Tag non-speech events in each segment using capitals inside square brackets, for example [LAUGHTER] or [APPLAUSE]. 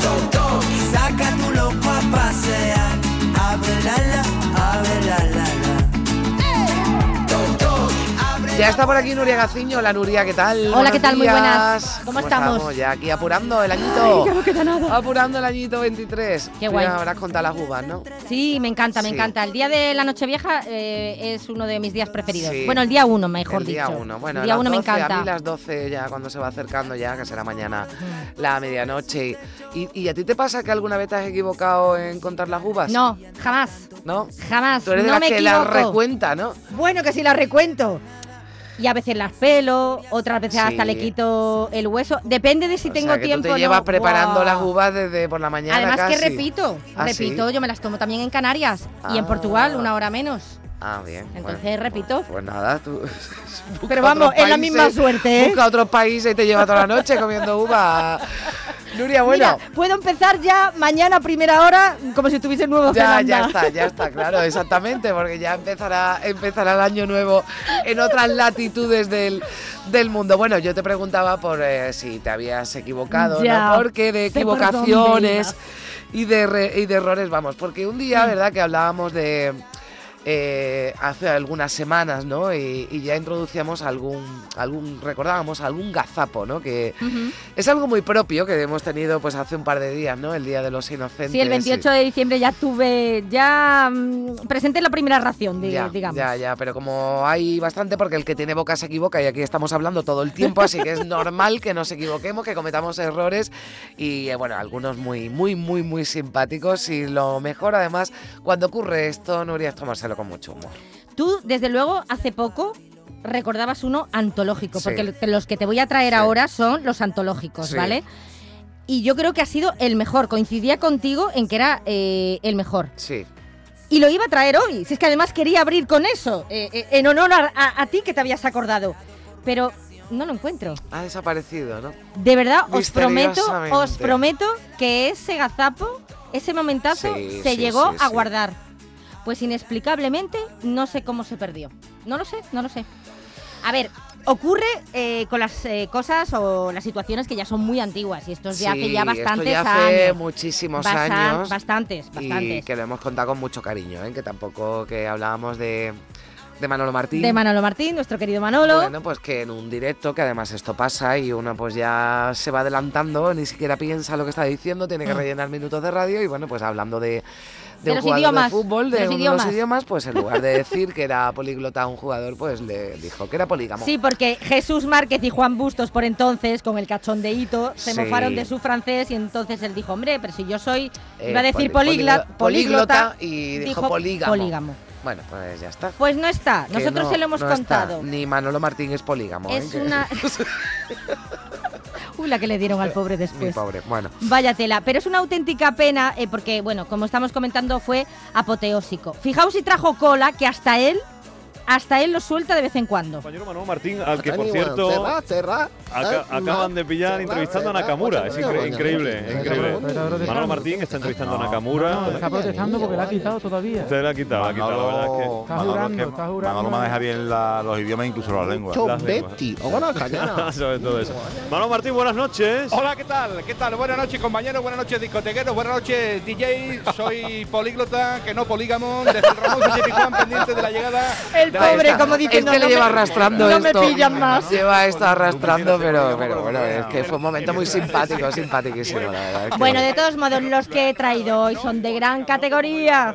toc, toc, y saca tu loco a pasear. Abre la la, abre la la la. Toc, toc, abre Ya está por aquí Nuria Gaciño. Hola Nuria, ¿qué tal? Hola, ¿qué tal? Muy buenas. días. ¿Cómo estamos? Ya aquí apurando el añito. ya no queda nada. Apurando el añito 23. Qué guay. Ya habrás contado las uvas, ¿no? Sí, me encanta, me Sí. encanta. El día de la Nochevieja eh, es uno de mis días preferidos. Sí. Bueno, el día uno, mejor el dicho. día 1. Bueno, el día a las uno me 12, A mí encanta. las 12 ya, cuando se va acercando ya, que será mañana la medianoche. ¿Y, y a ti te pasa que alguna vez te has equivocado en contar las uvas? No, jamás, ¿No? jamás. Tú eres de no las me que equivoco. las recuenta, ¿no? Bueno, que sí las recuento. Y a veces las pelo, otras veces Sí. hasta le quito el hueso. Depende de si O tengo sea, que tiempo. tú o te llevas no. preparando Buah. las uvas desde por la mañana Además casi. que repito, ¿Ah, sí? repito, yo me las tomo también en Canarias y en Ah. Portugal una hora menos. Ah, bien. bueno. Entonces repito. Pues nada, tú. [LAUGHS] busca Pero vamos, otros es la misma países, suerte, ¿eh? Busca otros países y te lleva toda la noche comiendo [LAUGHS] uva. Nuria, bueno. Mira, puedo empezar ya mañana a primera hora como si estuviese en ya, Nueva Zelanda. ya está, ya está, claro, exactamente, porque ya empezará, empezará el año nuevo en otras latitudes del, del mundo. Bueno, yo te preguntaba por eh, si te habías equivocado, Ya, ¿no? Porque de sé por dónde equivocaciones ibas. y de, re- y de errores, vamos, porque un Mm. día, ¿verdad?, que hablábamos de. eh, hace algunas semanas, ¿no? Y, y ya introducíamos algún, algún, recordábamos algún gazapo, ¿no? Que Ujú. es algo muy propio que hemos tenido, pues, hace un par de días, ¿no? El día de los inocentes. Sí, el 28 de diciembre ya tuve, ya mm, presenté la primera ración, di- ya, digamos. Ya, ya, pero como hay bastante, porque el que tiene boca se equivoca y aquí estamos hablando todo el tiempo, así que [LAUGHS] es normal que nos equivoquemos, que cometamos errores y eh, bueno, algunos muy, muy, muy, muy simpáticos y lo mejor además, cuando ocurre esto, Nuria, es tomárselo con mucho humor. Tú, desde luego, hace poco recordabas uno antológico, Sí. porque lo- que los que te voy a traer Sí. ahora son los antológicos, Sí. ¿vale? Y yo creo que ha sido el mejor, coincidía contigo en que era eh, el mejor. Sí, Y lo iba a traer hoy. Si es que además quería abrir con eso, eh, eh, en honor a, a- a ti que te habías acordado. Pero no lo encuentro. ha desaparecido, ¿no? De verdad, os prometo, Misteriosamente. os prometo que ese gazapo, ese momentazo, Sí, se sí, llegó sí, a sí. guardar. Pues inexplicablemente, no sé cómo se perdió. No lo sé, no lo sé. A ver, ocurre eh, con las eh, cosas o las situaciones que ya son muy antiguas y esto es de hace Sí, ya esto bastantes ya hace años. muchísimos Bastan- años. Bastantes, y bastantes. que lo hemos contado con mucho cariño, ¿eh? que tampoco que hablábamos de, de Manolo Martín. De Manolo Martín, nuestro querido Manolo. Bueno, pues que en un directo, que además esto pasa y uno pues ya se va adelantando, ni siquiera piensa lo que está diciendo, tiene que Mm. rellenar minutos de radio y bueno, pues hablando de, de De un los jugador idiomas, de fútbol, de, de los uno de los idiomas. idiomas, pues en [LAUGHS] lugar de decir que era políglota un jugador, pues le dijo que era polígamo. Sí, porque Jesús Márquez y Juan Bustos por entonces, con el cachondeíto, se Sí. mofaron de su francés y entonces él dijo, hombre, pero si yo soy, Eh, iba a decir poli- polígla- políglo- políglota, y dijo, polígamo. polígamo. Bueno, pues ya está. Pues no está, Que nosotros no- se lo hemos no está. contado. Ni Manolo Martín es polígamo. ¿eh? Es Que- [LAUGHS] una... Uy, la que le dieron al pobre Muy después. pobre. Bueno, Vaya tela, pero es una auténtica pena eh, porque, bueno, como estamos comentando, fue apoteósico. Fijaos si trajo cola que hasta él, hasta él lo suelta de vez en cuando. compañero Manuel Martín, al que por cierto aca- acaban de pillar entrevistando a Nakamura. Es incre- increíble, es increíble. Manuel Martín está entrevistando a No, está Nakamura. protestando porque la ha quitado todavía. Te la ha quitado, la ha quitado, la verdad es que. Está jurando, está jurando. Manolo maneja bien la- los idiomas, incluso la lengua. las lenguas. [LAUGHS] Sobre todo eso. Manuel Martín, buenas noches. Hola, ¿qué tal? ¿Qué tal? Buenas noches, compañeros. Buenas noches, discotequeros. Buenas noches, DJ. Soy políglota, que no polígamo, desde el Ramón Sánchez Pizjuán, pendiente de la llegada. El de la- Ahí pobre, está. como diciendo, Es que le no lleva me- arrastrando no me esto. pillan más. Lleva esto arrastrando, pero, Bueno, pero bueno, es bueno. que fue un momento muy simpático, simpaticísimo, la verdad. es que- Bueno, de todos modos, los que he traído hoy son de gran categoría.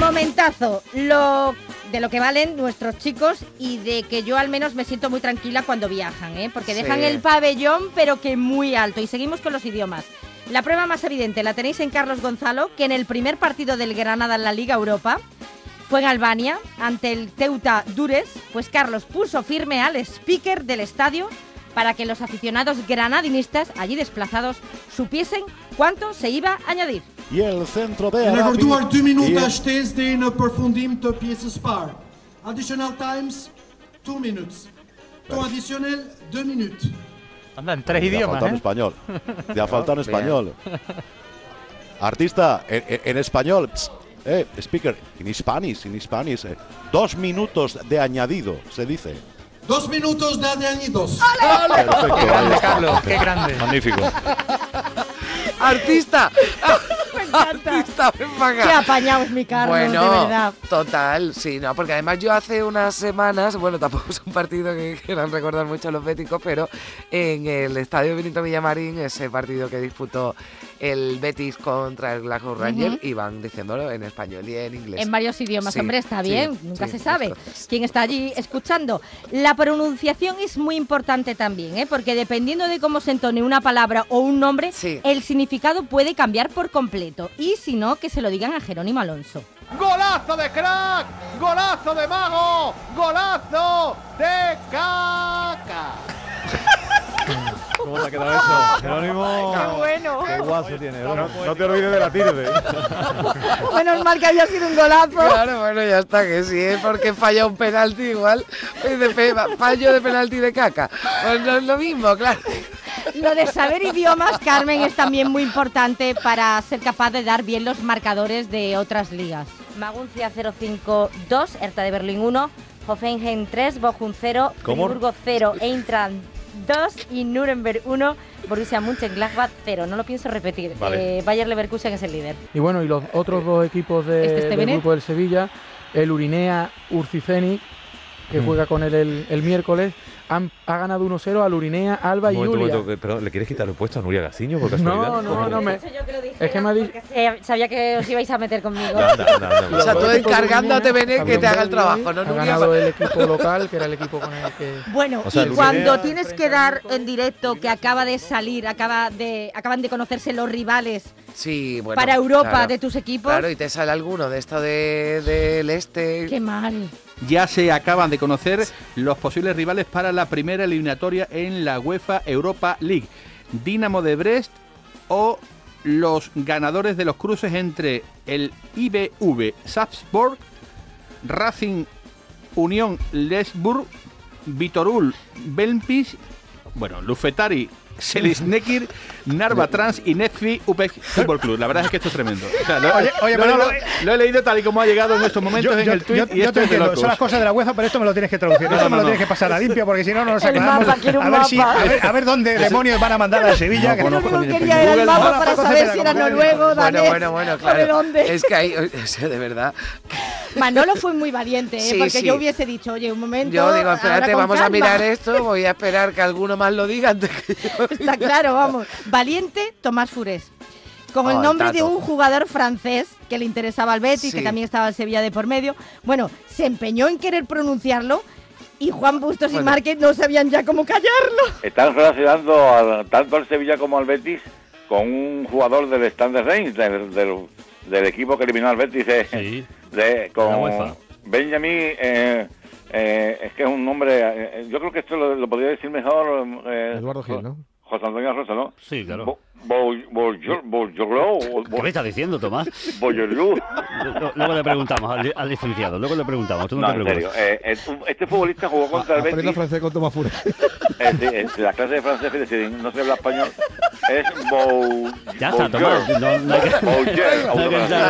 Momentazo, lo de lo que valen nuestros chicos y de que yo al menos me siento muy tranquila cuando viajan, ¿eh? porque Sí. dejan el pabellón pero que muy alto. Y seguimos con los idiomas. La prueba más evidente la tenéis en Carlos Gonzalo, que en el primer partido del Granada en la Liga Europa fue en Albania ante el Teuta Dures, pues Carlos puso firme al speaker del estadio para que los aficionados granadinistas allí desplazados supiesen cuánto se iba a añadir. Y el centro de În Arabi. următoare 2 Y minute el- este aștezi din profundim tot piesă spar. Additional times 2 minutes. Tu additional 2 minutes. Anda, en tres Te ha idiomas, faltado en ¿eh? español. Te ha faltado en Bien. español. Artista, en, en- en español. Psst. Eh, speaker, in Spanish, in Spanish. eh, dos minutos de añadido, se dice. Dos minutos de añadidos. Perfecto, ahí está. Magnífico. ¡Artista! [LAUGHS] Me encanta. ¡Artista, ven pa' acá. Qué apañado es mi Carlos, de verdad. total, sí, no, porque además yo hace unas semanas, bueno, tampoco es un partido que quieran recordar mucho a los béticos, pero en el estadio Benito Villamarín, ese partido que disputó el Betis contra el Glasgow Rangers, Ujú. iban diciéndolo en español y en inglés. En varios idiomas, Sí, hombre, está sí, bien, nunca sí, se sabe quién está allí escuchando. La pronunciación es muy importante también, ¿eh? porque dependiendo de cómo se entone una palabra o un nombre, el significado puede cambiar por completo. Y si no, que se lo digan a Jerónimo Alonso. ¡Golazo de crack! ¡Golazo de mago! ¡Golazo de caca! ¿Cómo te ha quedado eso? Jerónimo. Qué bueno. Qué guaso tiene. No, no te olvides de la tirde. Menos mal que había sido un golazo. Claro, bueno, ya está, que sí, ¿eh? porque falla un penalti igual, eh, de pe- fallo de penalti de caca. Pues no es lo mismo, claro. Lo de saber idiomas, Carmen, es también muy importante para ser capaz de dar bien los marcadores de otras ligas. Maguncia 052, Hertha de Berlín 1, Hoffenheim 3, Bochum 0, ¿Cómo? Friburgo 0, Eintracht 2 y Nuremberg 1, Borussia Mönchengladbach 0. No lo pienso repetir. Vale. Eh, Bayer Leverkusen es el líder. Y bueno, y los otros dos equipos de- Este es del Tevenet. grupo del Sevilla, el Urinea Urciceni, que Mm. juega con él el, el miércoles, han- ha ganado 1-0 al Urinea Alba Un y momento, un Julia. momento, pero ¿le quieres quitar el puesto a Nuria Gaciño por casualidad? No, no, no, me, es que me ha dicho... sabía que os ibais a meter conmigo. Anda, anda, anda. O sea, tú encargando a TVN que te haga el trabajo, ¿no, Ha Nuria? ganado el equipo local, que era el equipo con el que... Bueno, O sea, y el cuando Urinea- tienes que dar en directo que acaba de salir, acaba de, acaban de conocerse los rivales Sí, bueno. para Europa claro. de tus equipos, Claro, y te sale alguno de esto de- del este. qué mal. Ya se acaban de conocer los posibles rivales para la primera eliminatoria en la UEFA Europa League. Dinamo de Brest o los ganadores de los cruces entre el IBV Salzburg, Racing Unión Lesburg, Vitorul Belpis, bueno, Lufetari Selisnekir, [LAUGHS] Narva Trans y Netfi UPEC Fútbol Club. La verdad es que esto es tremendo. O sea, lo, Oye, oye, lo- pero lo- no- lo he leído tal y como ha llegado en estos momentos en el tweet yo- y yo esto te es de entiendo, locos. son las cosas de la UEFA, pero esto me lo tienes que [LAUGHS] traducir. No, esto no, me lo no. tienes que pasar a limpio, porque si no, no nos El aclaramos. mapa, quiero un a, ver si- mapa. a, ver, a ver dónde demonios van a mandar a Sevilla. que no pues, conozco ni el país. Google, hola, Paco Cepeda, ¿cómo estás? Bueno, bueno, bueno, claro. de dónde. Es que hay, o sea, de verdad. [LAUGHS] Manolo fue muy valiente, ¿eh? Sí, porque sí. yo hubiese dicho, oye, un momento. Yo digo, espérate, ahora con vamos a calma". mirar ¿eh? esto, voy a esperar que alguno más lo diga antes que yo. [LAUGHS] Está claro, vamos. Valiente Tomás Fures. Con Oh, el el nombre de tato. un jugador francés que le interesaba al Betis, Sí. que también estaba en Sevilla de por medio. Bueno, se empeñó en querer pronunciarlo y Juan Bustos y Bueno. Márquez no sabían ya cómo callarlo. Están relacionando al- tanto al Sevilla como al Betis con un jugador del Standard Reims, del, del- del equipo que eliminó al Betis, eh, de, La con UEFA. Benjamin, eh, eh, es que es un nombre, eh, eh, yo creo que esto lo, lo podría decir mejor eh, Eduardo Gil, ¿no? José Antonio Rosa, ¿no? Sí, claro. Bo- Bo- Bo- Bo- ¿Qué me estás diciendo, Tomás? Boyolú. Lu- Luego le preguntamos al, al licenciado, luego le preguntamos, tú no, No, te en preocupes. serio, eh, eh, este futbolista jugó contra el Betis. aprenda francés con Tomás Fura. Eh, sí, eh, la clase de francés que deciden no se habla español es Bou... Ya está, Bouger. Tomás, no- no hay Bouger, que- no hay que entrar en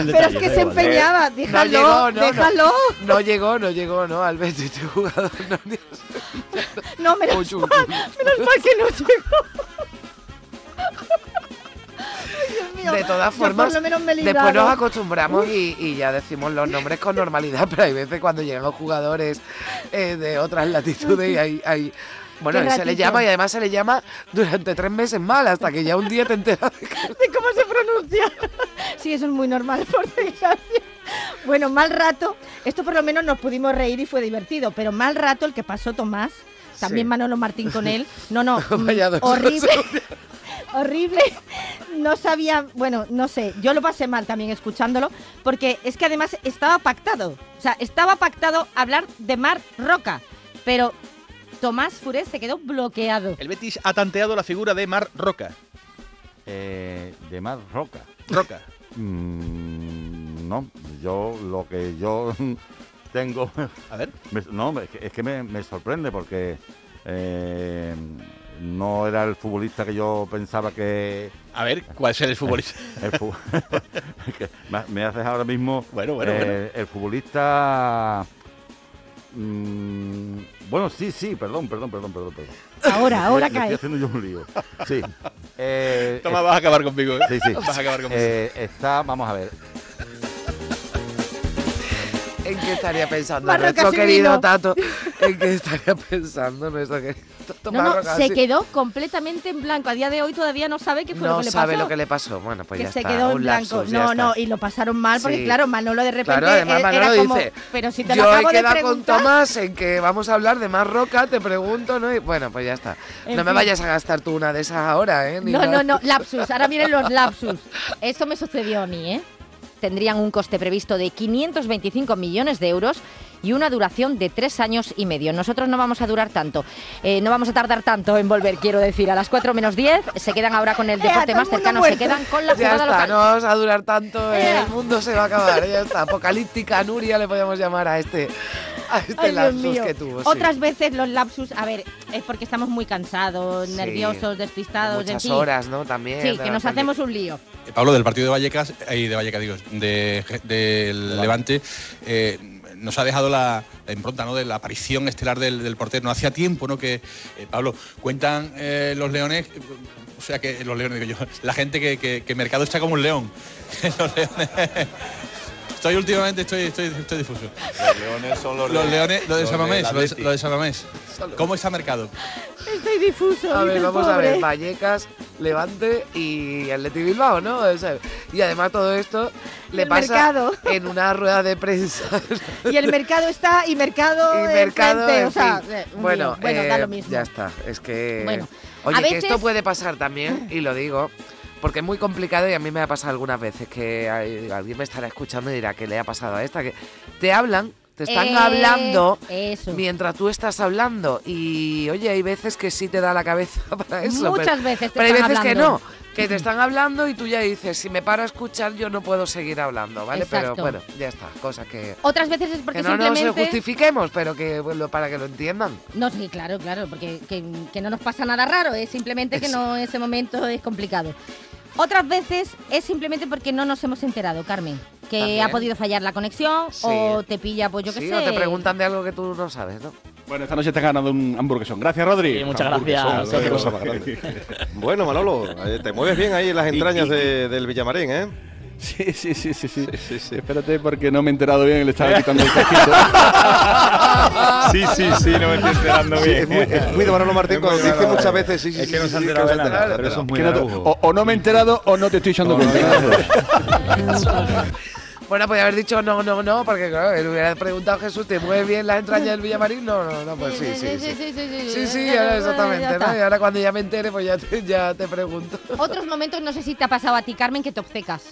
automáticamente. Pero es ¿eh? que se empeñaba, déjalo, déjalo. No, llegó, no llegó, ¿no? Al Betis, este jugador. No, No, menos Ocho. mal, menos mal que no llegó. Ay, Dios mío. De todas Yo formas, por lo menos me he después librado. nos acostumbramos y, y ya decimos los nombres con normalidad, pero hay veces cuando llegan los jugadores eh, de otras latitudes y hay... hay- bueno, Qué y se le ratito. llama y además se le llama durante tres meses mal, hasta que ya un día te enteras de que- de cómo se pronuncia. Sí, eso es muy normal, por desgracia. Bueno, mal rato. Esto por lo menos nos pudimos reír y fue divertido, pero mal rato el que pasó Tomás, también Sí. Manolo Martín con él. [LAUGHS] No, no, mm, Vaya dos horrible. [LAUGHS] Horrible, no sabía, bueno, no sé, yo lo pasé mal también escuchándolo, porque es que además estaba pactado, o sea, estaba pactado hablar de Mar Roca, pero Tomás Furés se quedó [LAUGHS] bloqueado. El Betis ha tanteado la figura de Mar Roca. Eh, de más roca. Roca. Mm, no, yo lo que [LAUGHS] yo tengo. A ver. no, es que, es que me, me sorprende porque eh, no era el futbolista que yo pensaba que... A ver, ¿cuál es el futbolista? El fu- [LAUGHS] que me- me haces ahora mismo Bueno, bueno, eh, bueno. el futbolista... mm, bueno, sí, sí, perdón, perdón, perdón, perdón. perdón. Ahora, ahora Me estoy cae. haciendo yo un lío. Sí. [LAUGHS] Toma, vas a acabar conmigo, ¿eh? Sí, sí. Vas a acabar conmigo. Eh, está, vamos a ver, ¿En qué estaría pensando Marro nuestro Casimiro. querido Tato? ¿En qué estaría pensando nuestro querido Tato? No, Marro no, se Casimiro? quedó completamente en blanco. A día de hoy todavía no sabe qué fue No lo que le pasó. sabe lo que le pasó. Bueno, pues que ya se está. quedó en un blanco. lapsus, ya no, está. no, y lo pasaron mal porque, Sí. claro, Manolo de repente Claro, además eh, era Manolo como, dice, pero si te Yo lo he acabo de quedado con preguntar. Tomás en que vamos a hablar de más roca, te pregunto, ¿no? Y bueno, pues ya está. En no me fin. vayas a gastar tú una de esas ahora, ¿eh? Ni No, nada. no, no, lapsus. Ahora vienen los lapsus. Esto me sucedió a mí, ¿eh? Tendrían un coste previsto de 525 millones de euros y una duración de tres años y medio. Nosotros no vamos a durar tanto, eh, no vamos a tardar tanto en volver, quiero decir. A las 4 menos 10 se quedan ahora con [LAUGHS] el deporte más cercano, se quedan con la Ya jugada está, local. no vamos a durar tanto, el mundo se va a acabar, ya está. Apocalíptica Nuria le podemos llamar a este, a este Ay, Dios lapsus mío. que tuvo. sí. Otras veces los lapsus, a ver, es porque estamos muy cansados, Sí. nerviosos, despistados, en Muchas fin. horas, ¿no? También. sí, que nos hacemos un lío. Pablo, del partido de Vallecas, eh, de Vallecas, digo, de- del Levante, eh, nos ha dejado la, la impronta ¿no? de la aparición estelar del, del portero. No hacía tiempo ¿no? que, eh, Pablo, cuentan eh, los leones, eh, o sea, que los leones, digo yo, [LAUGHS] la gente que, que- que Mercado está como un león. [LAUGHS] los leones. Estoy últimamente, estoy, estoy, estoy difuso. Los leones son los, Los le- leones, lo de los San del Mamés, lo de, Atleti. lo de San Mamés. ¿Cómo está Mercado? Estoy difuso. A dice ver, el vamos a pobre. ver, Vallecas, Levante y Atleti Bilbao, ¿no? O sea, y además todo esto le el pasa mercado. en una rueda de [LAUGHS] prensa. Y el mercado está, y [LAUGHS] mercado. Y eh, mercado, frente, en o sea, fin. eh, un bueno, lío. bueno eh, da lo mismo. ya está. Es que, Bueno, oye, a que veces- esto puede pasar también y lo digo. Porque es muy complicado y a mí me ha pasado algunas veces que hay- alguien me estará escuchando y dirá que le ha pasado a esta que te hablan, te están Eh, hablando eso. mientras tú estás hablando y oye hay veces que sí te da la cabeza [LAUGHS] para eso. Muchas pero- veces te pero hay están veces hablando. que no, que te están hablando y tú ya dices si me paro a escuchar yo no puedo seguir hablando, ¿vale? Exacto. Pero bueno, ya está, cosas que Otras veces es porque que no nos simplemente. justifiquemos, pero que bueno, para que lo entiendan. no, sí, claro, claro, porque que, que no nos pasa nada raro, es simplemente que no en ese momento es complicado. Otras veces es simplemente porque no nos hemos enterado, Carmen, que También. ha podido fallar la conexión Sí. o te pilla, pues yo qué sí, sé. o te preguntan de algo que tú no sabes, ¿no? Bueno, esta noche te has ganado un hamburguesón. Gracias, Rodri. Sí, muchas gracias a Hamburguesón, vosotros. [LAUGHS] cosa más grande. Bueno, Manolo, eh, te mueves bien ahí en las entrañas de- del Villamarén, ¿eh? Sí, sí, sí, sí, sí. Espérate porque no me he enterado bien, le estaba quitando [LAUGHS] el Sí, sí, sí, no me estoy enterando bien. es, muy, es muy de Manolo Martín cuando dice muchas veces, sí, sí, sí. sí, que no se entera, no se entera. Que no te- [LAUGHS] o, o no me he enterado o no te estoy echando cuenta. Bueno, podía haber dicho no, no, no, porque claro, él hubiera preguntado Jesús, ¿te mueve bien la entraña del Villamarín? No, no, no, pues sí, sí, sí. sí, sí, Sí, sí, ya, ya, ya exactamente, está. ¿no? Y ahora cuando ya me entere, pues ya te, ya te pregunto. Otros momentos, no sé si te ha pasado a ti, Carmen, que te obcecas.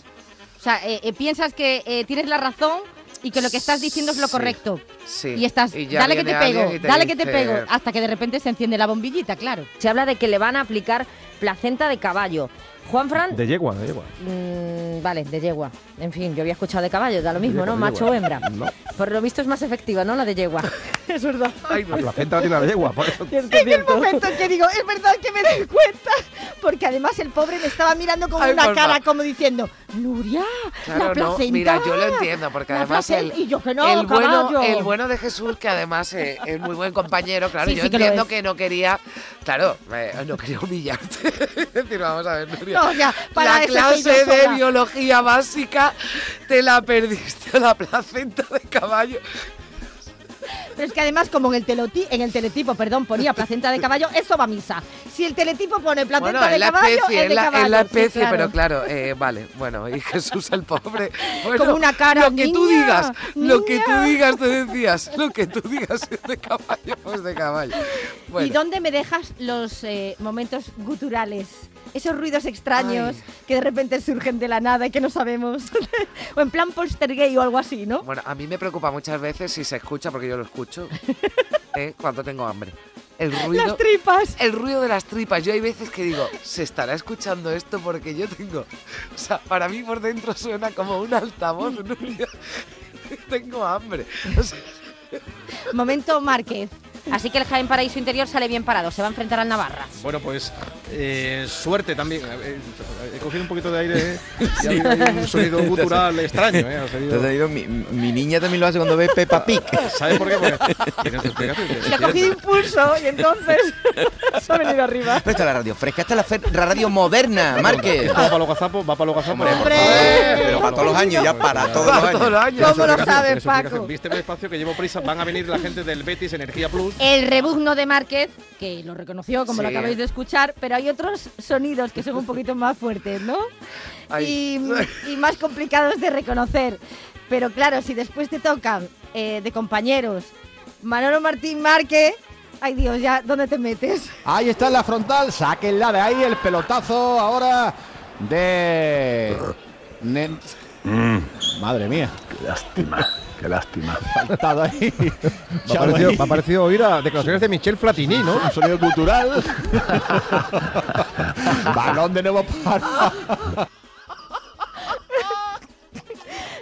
O sea, eh, eh, piensas que eh, tienes la razón y que lo que estás diciendo es lo Sí, correcto. Sí. Y estás, ya dale que te viene pego, alguien y dale que te dice, pego, hasta que de repente se enciende la bombillita, claro. Se habla de que le van a aplicar placenta de caballo. Juan Fran, Mm, De yegua, de yegua. vale, de yegua. En fin, yo había escuchado de caballo, da lo mismo, yegua, ¿no? de Macho yegua. o hembra. [LAUGHS] No. Por lo visto es más efectiva, ¿no? La de [LAUGHS] yegua. es verdad. La placenta la tiene la yegua, por eso. En el momento que digo, es verdad que me doy cuenta, porque además el pobre me estaba mirando con Ay, una por cara favor. como diciendo, Nuria, la Claro, no, placenta. mira, yo lo entiendo, porque la además el, placenta". y yo que no, el, bueno, caballo. el bueno de Jesús, que además eh, es, muy buen compañero, claro, Sí, yo sí que lo entiendo es. que, no quería, claro, eh, no quería humillarte. [LAUGHS] es decir, vamos a ver, Nuria, No, o sea, para la eso estoy yo clase de sola. biología básica te la perdiste, la placenta de caballo. Pero es que además, como en el, teloti- en el teletipo perdón, ponía placenta de caballo, eso va a misa. Si el teletipo pone placenta Bueno, es de la caballo, especie, es de es la, caballo. es la sí, especie, claro. pero claro, eh, vale, bueno, y Jesús el pobre. Bueno, [LAUGHS] Como una cara, Lo que tú "Niña, digas, lo que tú niña". digas te decías, lo que tú digas es de caballo, pues de caballo. Bueno. ¿Y dónde me dejas los eh, momentos guturales? Esos ruidos extraños que de repente surgen de la nada y que no sabemos. [LAUGHS] o en plan polstergay o algo así, ¿no? Bueno, a mí me preocupa muchas veces si se escucha, porque yo lo [LAUGHS] escucho, ¿eh? cuando tengo hambre. El ruido, Las tripas. El ruido de las tripas. Yo hay veces que digo, se estará escuchando esto porque yo tengo... O sea, para mí por dentro suena como un altavoz. ¿no? Yo tengo hambre. O sea, Momento Márquez. Así que el Jaén Paraíso Interior sale bien parado, se va a enfrentar al Navarra. Bueno, pues eh, suerte también. Eh, He cogido un poquito de aire eh, y ha Sí. habido ahí un sonido [LAUGHS] Entonces- gutural extraño. Eh, Ha salido- Entonces, digo, mi, mi niña también lo hace cuando ve Peppa Pig. ¿Sabes por [LAUGHS] qué? Porque tienes que explicarte. Le ha cogido impulso y [LAUGHS] [LAUGHS] entonces se ha venido arriba. Pero esta es la radio fresca, esta es la, fe- la radio moderna, Marque. Esto va para los gazapos, va para los gazapos. Hombre, por ¡Hombre! favor. Pero para todos los años, ya para todos los años. ¿Cómo lo sabes, Paco? Viste despacio que llevo prisa, van a venir la gente del Betis Energía Plus. El rebuzno de Márquez, que lo reconoció como lo Sí. acabáis de escuchar, pero hay otros sonidos que son un poquito más fuertes, ¿no? Y, Ay. y más complicados de reconocer. Pero claro, si después te tocan eh, de compañeros Manolo Martín Márquez, ay Dios, ya, ¿dónde te metes? [LAUGHS] Ahí está en la frontal, sáquenla de ahí, el pelotazo ahora de... Nen- Mm. Madre mía. Qué lástima, qué lástima. Faltado ahí. Me ha parecido, me ha parecido oír a declaraciones de Michel Platini, ¿no? Un sonido cultural. Balón de nuevo para...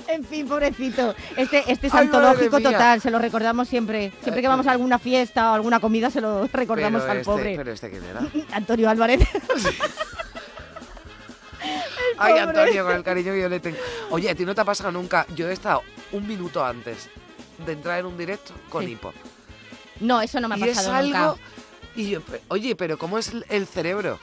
En fin, pobrecito. Este, este es Ay, madre antológico mía. total, se lo recordamos siempre. Siempre que vamos a alguna fiesta o alguna comida se lo recordamos Pero al este- pobre. pero este, ¿quién [LAUGHS] era? Antonio [LAUGHS] Álvarez. Ay, pobre. Antonio, con el cariño que yo le tengo. Oye, a ti no te ha pasado nunca. Yo he estado un minuto antes de entrar en un directo con Sí. hipo. No, eso no me ha y es pasado algo. nunca. Y yo, pe- oye, pero ¿cómo es el- el cerebro?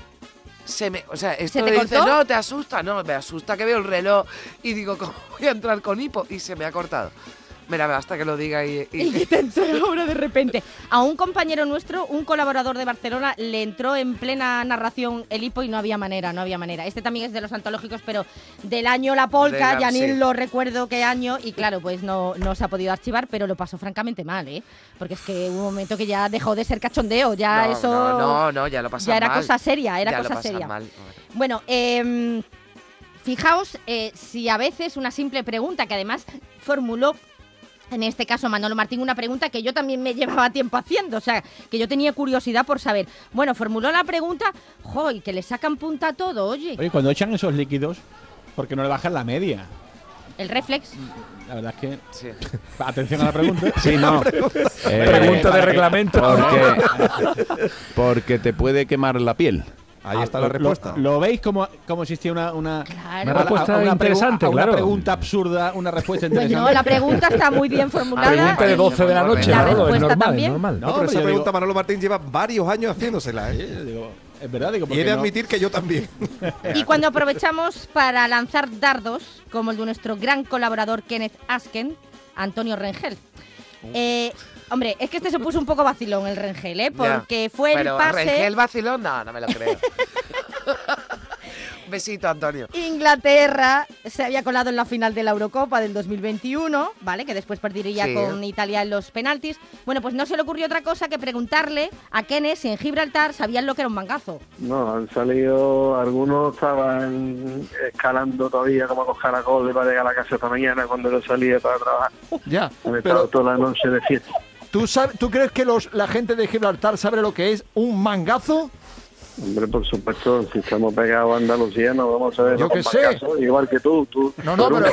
Se me, o sea, esto te de dice, cortó? no, te asusta, no, me asusta que veo el reloj y digo, ¿cómo voy a entrar con hipo? Y se me ha cortado. Mira, hasta que lo diga y. y- [LAUGHS] Y que te entra ahora de repente. A un compañero nuestro, un colaborador de Barcelona, le entró en plena narración el hipo y no había manera, no había manera. Este también es de los antológicos, pero del año La Polca, De la- ya sí. ni lo recuerdo qué año, y claro, pues no, no se ha podido archivar, pero lo pasó francamente mal, ¿eh? Porque es que hubo un momento que ya dejó de ser cachondeo, ya no, eso... no, no, no, ya lo pasas ya era mal. cosa seria, era Ya lo cosa pasas seria. mal. Bueno, em, fijaos eh, si a veces una simple pregunta, que además formuló en este caso Manolo Martín, una pregunta que yo también me [LAUGHS] llevaba tiempo haciendo, o sea, que yo tenía curiosidad por saber. Bueno, formuló la pregunta, ¡joy! Que le sacan punta a todo, oye. Oye, cuando echan esos líquidos, ¿por qué no le bajan la media? El reflex. La verdad es que. Pues Atención a la pregunta. Sí, no. [LAUGHS] Eh, Pregunta de ¿para qué? reglamento. [LAUGHS] Porque, porque te puede quemar la piel. Ahí Ah, lo- ¿Lo, lo veis como, como existía una, una, Una respuesta pregu- interesante, una claro. pregunta absurda, una respuesta interesante? No, la pregunta está muy [LAUGHS] bien formulada. Ah, pregunta de 12 de la noche, La Manolo, es respuesta normal, también. normal. No, No, pero pero esa yo pregunta digo- Manolo Martín lleva varios años haciéndosela. ¿eh? es verdad, digo, ¿por y he qué de no? admitir que yo también. Y cuando aprovechamos para lanzar dardos, como el de nuestro gran colaborador Kenneth Asken, Antonio Rengel. Eh, hombre, es que este se puso un poco vacilón el Rengel, ¿eh? Ya. Porque fue Pero, el pase. ¿Rengel vacilón? No, no me lo creo. [LAUGHS] Un besito, Antonio. Inglaterra se había colado en la final de la Eurocopa del 2021, ¿vale? Que después perdería Sí. con Italia en los penaltis. Bueno, pues no se le ocurrió otra cosa que preguntarle a Kenneth si en Gibraltar sabían lo que era un mangazo. No, han salido, algunos estaban escalando todavía como los caracoles para llegar a la casa esta mañana cuando yo salía para trabajar. Ya, Han estado toda la noche de fiesta. ¿Tú, sabes, ¿Tú crees que los, la gente de Gibraltar sabe lo que es un mangazo? Hombre, por supuesto, si estamos pegados a Andalucía, no vamos a ver. Yo los qué sé. mangazos, Igual que tú, tú. No, no, pero.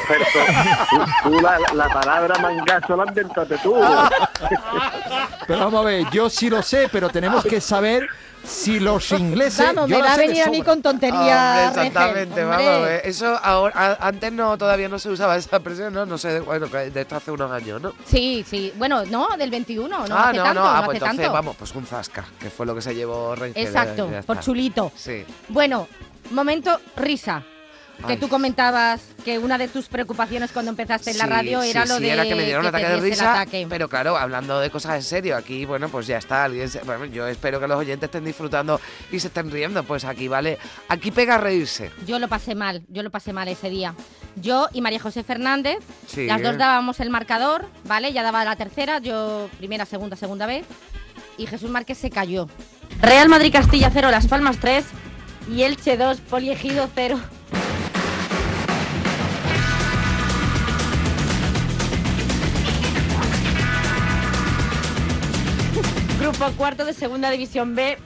tú, tú la, la palabra mangazo la inventaste tú. Pero vamos a ver, yo sí lo sé, pero tenemos que saber si los ingleses. Vamos, yo me la va a sé de venir a mí sobra. con tonterías. Hombre, exactamente, Rengel, vamos. hombre. eh. Eso ahora, a- antes no, todavía no se usaba esa expresión, ¿no? No sé, de- bueno, que de esto hace unos años, ¿no? Sí, sí. Bueno, no, del 21, no ah, hace no, tanto, no, ah, no pues hace entonces, tanto. vamos, pues un zasca, que fue lo que se llevó Rengel. Exacto, ya está. por chulito. Sí. Bueno, momento risa. Que Ay. tú comentabas que una de tus preocupaciones cuando empezaste en la Sí, radio sí, era lo sí, de era que me diera un que te ataque de diese el risa, ataque. pero claro, hablando de cosas en serio, aquí, bueno, pues ya está, alguien se- bueno, yo espero que los oyentes estén disfrutando y se estén riendo, pues aquí, ¿vale? Aquí pega a reírse. Yo lo pasé mal, yo lo pasé mal ese día. Yo y María José Fernández, Sí. las dos dábamos el marcador, ¿vale? Ya daba la tercera, yo primera, segunda, segunda vez. Y Jesús Márquez se cayó. Real Madrid Castilla 0, Las Palmas 3 y Elche 2, Poliegido 0. [LAUGHS] Grupo cuarto de Segunda División B,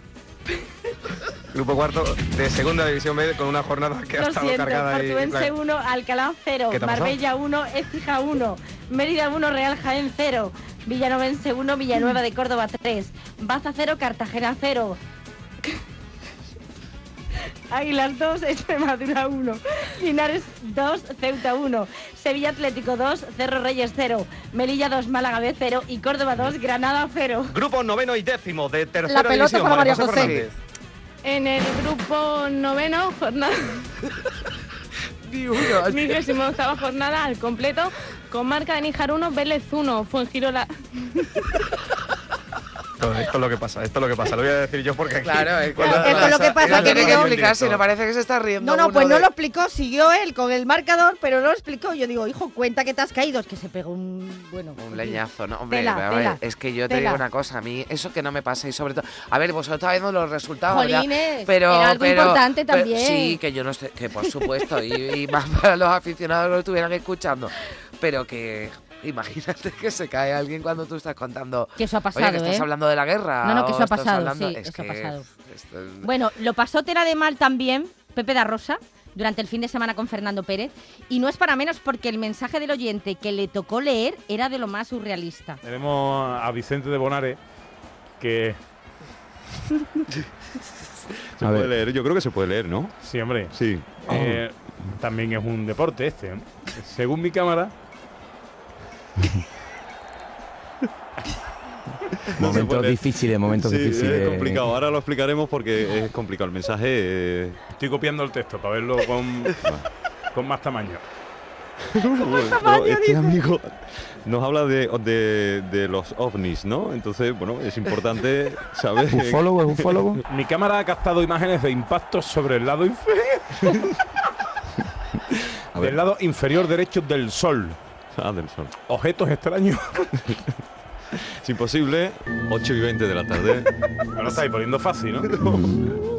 Grupo cuarto de segunda división B con una jornada que ha Lo estado siento, cargada y- Portuense claro. 1, Alcalá 0, ¿Qué te ha pasado? Marbella 1, Écija 1, Mérida 1, Real Jaén 0, Villanovense 1, Villanueva de Córdoba 3, Baza 0, Cartagena [LAUGHS] 0. Águilas 2, Extremadura 1, Linares 2, Ceuta 1, Sevilla Atlético 2, Cerro Reyes 0, Melilla 2, Málaga B 0 y Córdoba 2, Granada 0. Grupo noveno y décimo de tercera La pelota división, para María José José. Fernández. En el grupo noveno, jornada. Vigésimo octava jornada al completo, con marca de Níjar 1, Vélez 1, Fuengirola. Esto, esto es lo que pasa, esto es lo que pasa. Lo voy a decir yo porque aquí- Claro, es que- cuando- Esto es lo que pasa, Era que todo digo- muy explicar, directo. si no parece que se está riendo. No, no, uno pues no de- lo explicó, siguió él con el marcador, pero no lo explicó. Yo digo, hijo, cuenta que te has caído, es que se pegó un... Bueno, Un leñazo, ¿no? Hombre, Tela, a ver, tela, es que yo te tela. digo una cosa, a mí eso que no me pasa y sobre todo, a ver, vosotros estáis viendo los resultados, ¿verdad? Jolines, era algo importante pero- también. sí, que yo no sé, que por supuesto, y, y más [LAUGHS] para los aficionados que lo estuvieran escuchando, pero que imagínate que se cae alguien cuando tú estás contando... Que eso ha Oye, pasado, que estás ¿eh? hablando de la guerra. No, no, que o eso ha estás pasado, hablando- sí, es eso ha que, pasado. esto es- Bueno, lo pasó tela de mal también Pepe da Rosa durante el fin de semana con Fernando Pérez. Y no es para menos porque el mensaje del oyente que le tocó leer era de lo más surrealista. Tenemos a Vicente de Bonare, que... Se puede leer, yo creo que se puede leer, ¿no? Sí, hombre. Sí. eh, también es un deporte este. ¿eh? Según mi cámara... No se Momentos puede. difíciles, momentos Sí, difíciles. Es complicado, ahora lo explicaremos porque es complicado el mensaje. eh, Estoy copiando el texto para verlo con, con más tamaño. Pero este amigo nos habla de, de- de los ovnis, ¿no? Entonces, bueno, es importante [LAUGHS] saber. ¿Ufólogo? [LAUGHS] ¿Es ufólogo? Mi cámara ha captado imágenes de impactos sobre el lado inferior. del lado inferior derecho del sol. Ah, del sol. Objetos extraños. Es imposible, 8 y 20 de la tarde. Ahora estáis poniendo fácil, ¿no? [LAUGHS]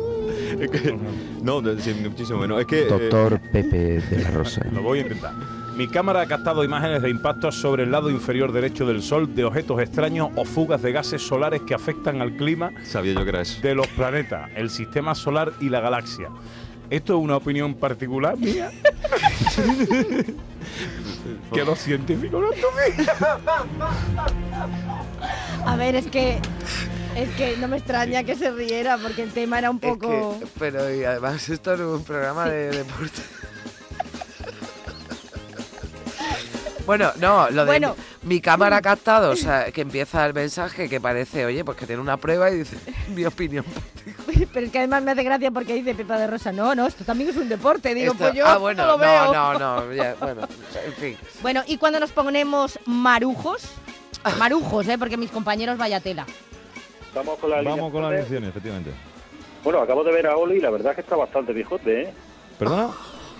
Es que- no, de- sí, muchísimo menos. Es que. eh, Doctor Pepe de la Rosa. Lo voy a intentar. Mi cámara ha captado imágenes de impactos sobre el lado inferior derecho del Sol, de objetos extraños o fugas de gases solares que afectan al clima sabía yo que era eso. de los planetas, el sistema solar y la galaxia. Esto es una opinión particular [LAUGHS] mía. que los científicos no A ver, es que es que no me extraña que se riera porque el tema era un Es que- poco pero y además esto es un programa de deporte. Bueno, no, lo de Bueno. mi, mi cámara ha captado, o sea, que empieza el mensaje que parece, oye, pues que tiene una prueba y dice, mi opinión. [LAUGHS] pero es que además me hace gracia porque dice Pepa de Rosa, no, no, esto también es un deporte, digo, Esto- pues yo ah, bueno, no lo veo. no, no, ya, bueno, en fin. Bueno, y cuando nos ponemos [LAUGHS] marujos, marujos, eh, porque mis compañeros vaya tela. Vamos con la Vamos con las alineaciones. lecciones, efectivamente. Bueno, acabo de ver a Oli y la verdad es que está bastante viejote, ¿eh? ¿Perdona?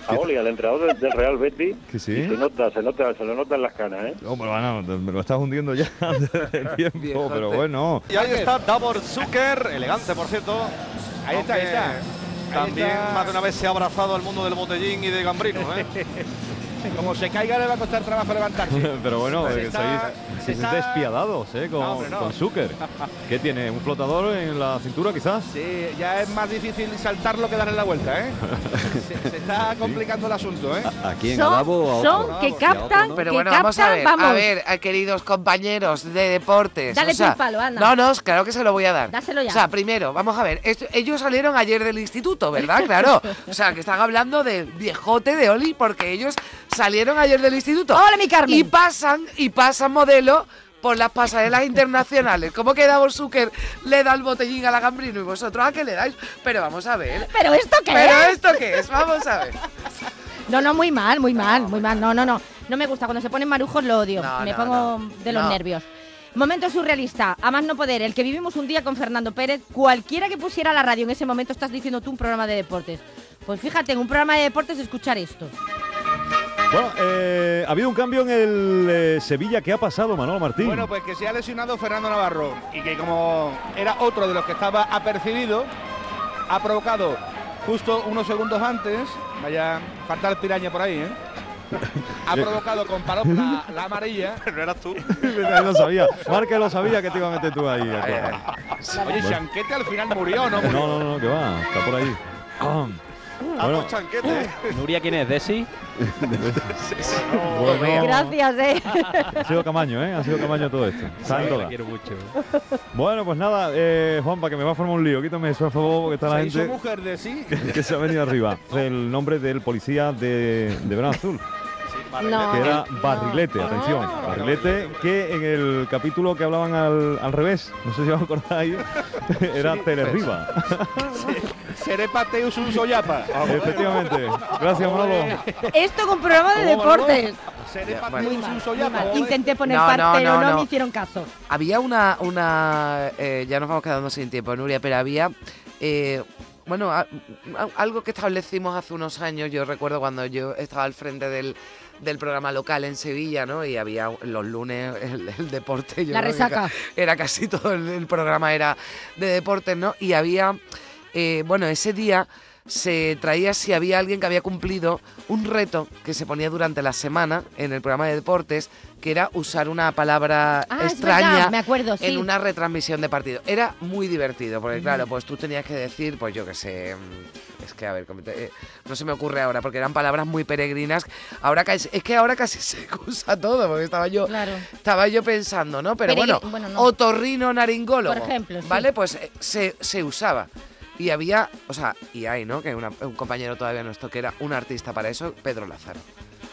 A Oli, al entrenador del, del Real Betis. [LAUGHS] ¿Que sí? Y se nota, se nota, se le notan las canas, ¿eh? Hombre, bueno, me lo estás hundiendo ya [LAUGHS] [LAUGHS] desde el tiempo, pero bueno. Y ahí está Davor Zucker, elegante por cierto. Ahí está, ahí Aunque está. También está. más de una vez se ha abrazado al mundo del botellín y de Gambrino. ¿eh? [LAUGHS] Como se caiga le va a costar trabajo levantarse. [LAUGHS] Pero bueno, eh, Se Pues está- sois, se sois está- despiadados eh, con, No, hombre, no. con [LAUGHS] Zucker. ¿Qué tiene? ¿Un flotador en la cintura quizás? Sí, ya es más difícil saltarlo que darle [LAUGHS] la vuelta, ¿eh? Se, se está complicando el asunto, ¿eh? Ah, ¿A quién? [LAUGHS] ¿A Son- Davo o a son otro? que captan, Pero que bueno, vamos a captan, ver, a vamos. ver, eh, queridos compañeros de deportes. Dale o sea, tú el palo, anda. No, no, es claro que se lo voy a dar. Dáselo ya. O sea, primero, vamos a ver, esto- ellos salieron ayer del instituto, ¿verdad? [LAUGHS] Claro. O sea, que están hablando del viejote de Oli porque ellos salieron ayer del instituto. ¡Hola, mi Carmen! Y pasan, y pasan modelo por las pasarelas internacionales. ¿Cómo que Davor Zucker le da el botellín a la Gambrino y vosotros a qué le dais? Pero vamos a ver. ¿Pero esto qué ¿Pero es? esto qué es? Vamos a ver. No, no, muy mal, muy mal, muy mal. No, no, no. No me gusta. Cuando se ponen marujos lo odio. No, me no, pongo no. de los No. nervios. Momento surrealista, a más no poder, el que vivimos un día con Fernando Pérez, cualquiera que pusiera la radio en ese momento estás diciendo tú un programa de deportes. Pues fíjate, en un programa de deportes escuchar esto. Bueno, eh, ha habido un cambio en el eh, Sevilla. ¿Qué ha pasado, Manolo Martín? Bueno, pues que se ha lesionado Fernando Navarro y que como era otro de los que estaba apercibido, ha provocado justo unos segundos antes, vaya faltar piraña por ahí, ¿eh? [LAUGHS] Ha provocado con Palop la, la amarilla. Pero eras tú. lo sabía. Marca lo sabía que te iba [LAUGHS] a meter tú ahí. [LAUGHS] Oye, Chanquete al final murió, ¿no? Ah. No, no, no, que va. Está por ahí. Bueno. chanquete. Nuria, ¿quién es? ¿Desi? Bueno. Gracias, eh. Ha sido camaño, ¿eh? Ha sido camaño todo esto. Sándora. quiero mucho. Bueno, pues nada, eh, Juanpa, que me va a formar un lío. Quítame eso, por favor, porque está la Se hizo gente mujer de sí. [LAUGHS] que se ha venido arriba. El nombre del policía de, de Verano Azul. No. que era Barrilete, atención, Barrilete, que en el capítulo que hablaban al, al revés, no sé si os acordáis, [LAUGHS] era Sí, Telerriba. Seré Pateus un soyapa. Ah, Efectivamente. Gracias, Manolo. [LAUGHS] Esto con programa de ¿Cómo, Manolo? deportes. Seré Ya, Pateus bueno. un soyapa. ¿eh? Intenté poner No, parte, no, pero no, no, no. me hicieron caso. Había una. una eh, ya nos vamos quedando sin tiempo, Nuria, pero había. eh, bueno, a- a- algo que establecimos hace unos años, yo recuerdo cuando yo estaba al frente del, del programa local en Sevilla, ¿no? Y había los lunes el, el deporte. yo La creo que resaca. Ah, ca- Era casi [LAUGHS] todo el, el programa era de deportes, ¿no? Y había. eh, bueno, ese día se traía si había alguien que había cumplido un reto que se ponía durante la semana en el programa de deportes, que era usar una palabra Ah, es extraña verdad, me acuerdo, sí. en una retransmisión de partido. Era muy divertido, porque claro, pues tú tenías que decir, pues yo qué sé, mm, es que a ver, como te- eh, no se me ocurre ahora, porque eran palabras muy peregrinas. Ahora casi- es que ahora casi [LAUGHS] se usa todo, porque estaba yo, estaba yo pensando, ¿no? Pero Peregri- bueno, bueno, no. otorrino naringólogo. Por ejemplo, sí. ¿Vale? Pues eh, se, se usaba. Y había, o sea, y hay, ¿no? Que una- un compañero todavía nuestro que era un artista para eso, Pedro Lázaro.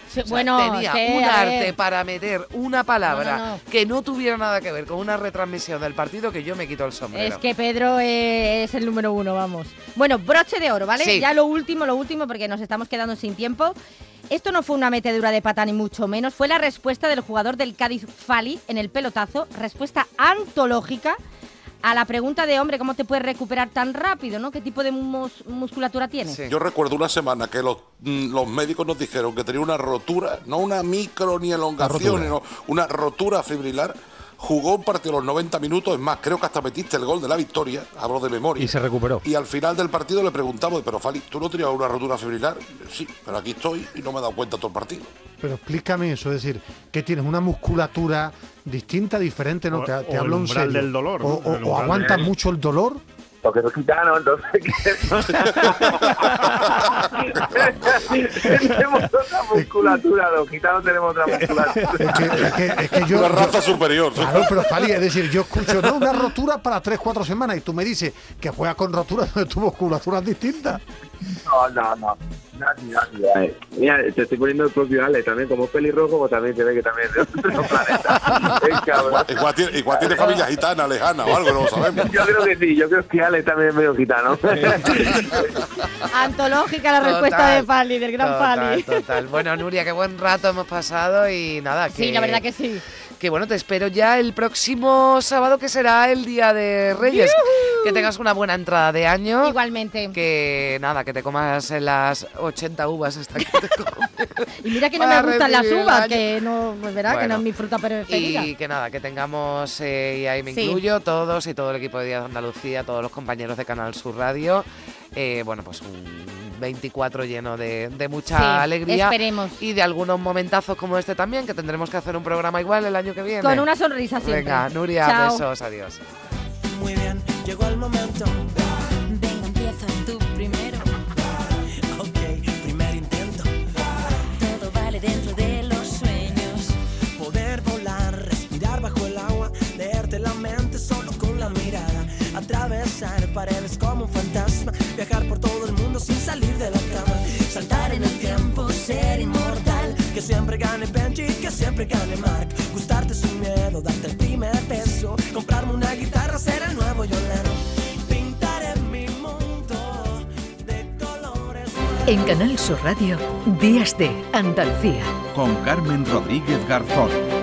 Sí, O sea, bueno, tenía es que, un a arte ver. para meter una palabra No, no, que no tuviera nada que ver con una retransmisión del partido que yo me quito el sombrero. Es que Pedro eh, es el número uno, vamos. Bueno, broche de oro, ¿vale? Sí. Ya lo último, lo último, porque nos estamos quedando sin tiempo. Esto no fue una metedura de pata ni mucho menos, fue la respuesta del jugador del Cádiz Fali en el pelotazo, respuesta antológica a la pregunta de, hombre, ¿cómo te puedes recuperar tan rápido, no? ¿Qué tipo de mus- musculatura tienes? Yo recuerdo una semana que los, mm, los médicos nos dijeron que tenía una rotura, no una micro ni elongación, Una sino una rotura fibrilar. Jugó un partido a los 90 minutos, es más, creo que hasta metiste el gol de la victoria, hablo de memoria. Y se recuperó. Y al final del partido le preguntamos, pero Fali, ¿tú no tenías una rotura fibrilar? Sí, pero aquí estoy y no me he dado cuenta todo el partido. Pero explícame eso, es decir, que tienes una musculatura distinta, diferente, ¿no? O- te, o te el hablo en umbral serio. del dolor, O, ¿no? o- El o umbral aguantas del- mucho el dolor. Porque soy gitano, entonces. tenemos otra musculatura, los gitanos tenemos otra musculatura. Es que, es que yo, una yo- raza superior. Claro, pero Fali, es decir, yo escucho ¿no? una rotura para 3-4 semanas y tú me dices que juegas con roturas donde tu musculatura es distinta. No, no, no. Nadie, nadie. Ay, Mira, te estoy poniendo el propio Ale también, como pelirrojo, pues también se ve que también es de otro planeta. Es cabrón. Igual, igual tiene, igual tiene familia gitana, lejana o algo, no lo sabemos. Yo creo que sí, yo creo que Ale también es medio gitano. [LAUGHS] Antológica la respuesta Total, de Fali, del gran total, [LAUGHS] Fali. total. Bueno, Nuria, qué buen rato hemos pasado y nada. Que, [LAUGHS] Sí, la verdad que sí. Que bueno, te espero ya el próximo sábado que será el Día de Reyes. Que tengas una buena entrada de año. Igualmente. Que nada, que te comas las 80 uvas hasta que te [LAUGHS] Y mira que no me Para gustan las recibir el uvas, año. que no, pues verá, que Bueno. no es mi fruta preferida. Y que nada, que tengamos, eh, y ahí me Sí. incluyo, todos y todo el equipo de Día de Andalucía, todos los compañeros de Canal Sur Radio, eh, bueno, pues un 24 lleno de, de mucha Sí, alegría. esperemos. Y de algunos momentazos como este también, que tendremos que hacer un programa igual el año que viene. Con una sonrisa siempre. Venga, Nuria, Chao. besos, adiós. Muy bien, llegó el momento. Venga, empieza tú primero. Ok, primer intento. Todo vale dentro de los sueños. Poder volar, respirar bajo el agua, leerte la mente solo con la mirada. Atravesar paredes como un fantasma, viajar por todo el mundo sin salir de la cama. Saltar en el tiempo, ser inmortal. Que siempre gane Benji, que siempre gane Mark. Gustarte sin miedo, darte el primer beso. Comprarme una guitarra, ser el nuevo Yolano. Pintaré mi mundo de colores. En Canal Sur Radio, Días de Andalucía. Con Carmen Rodríguez Garzón.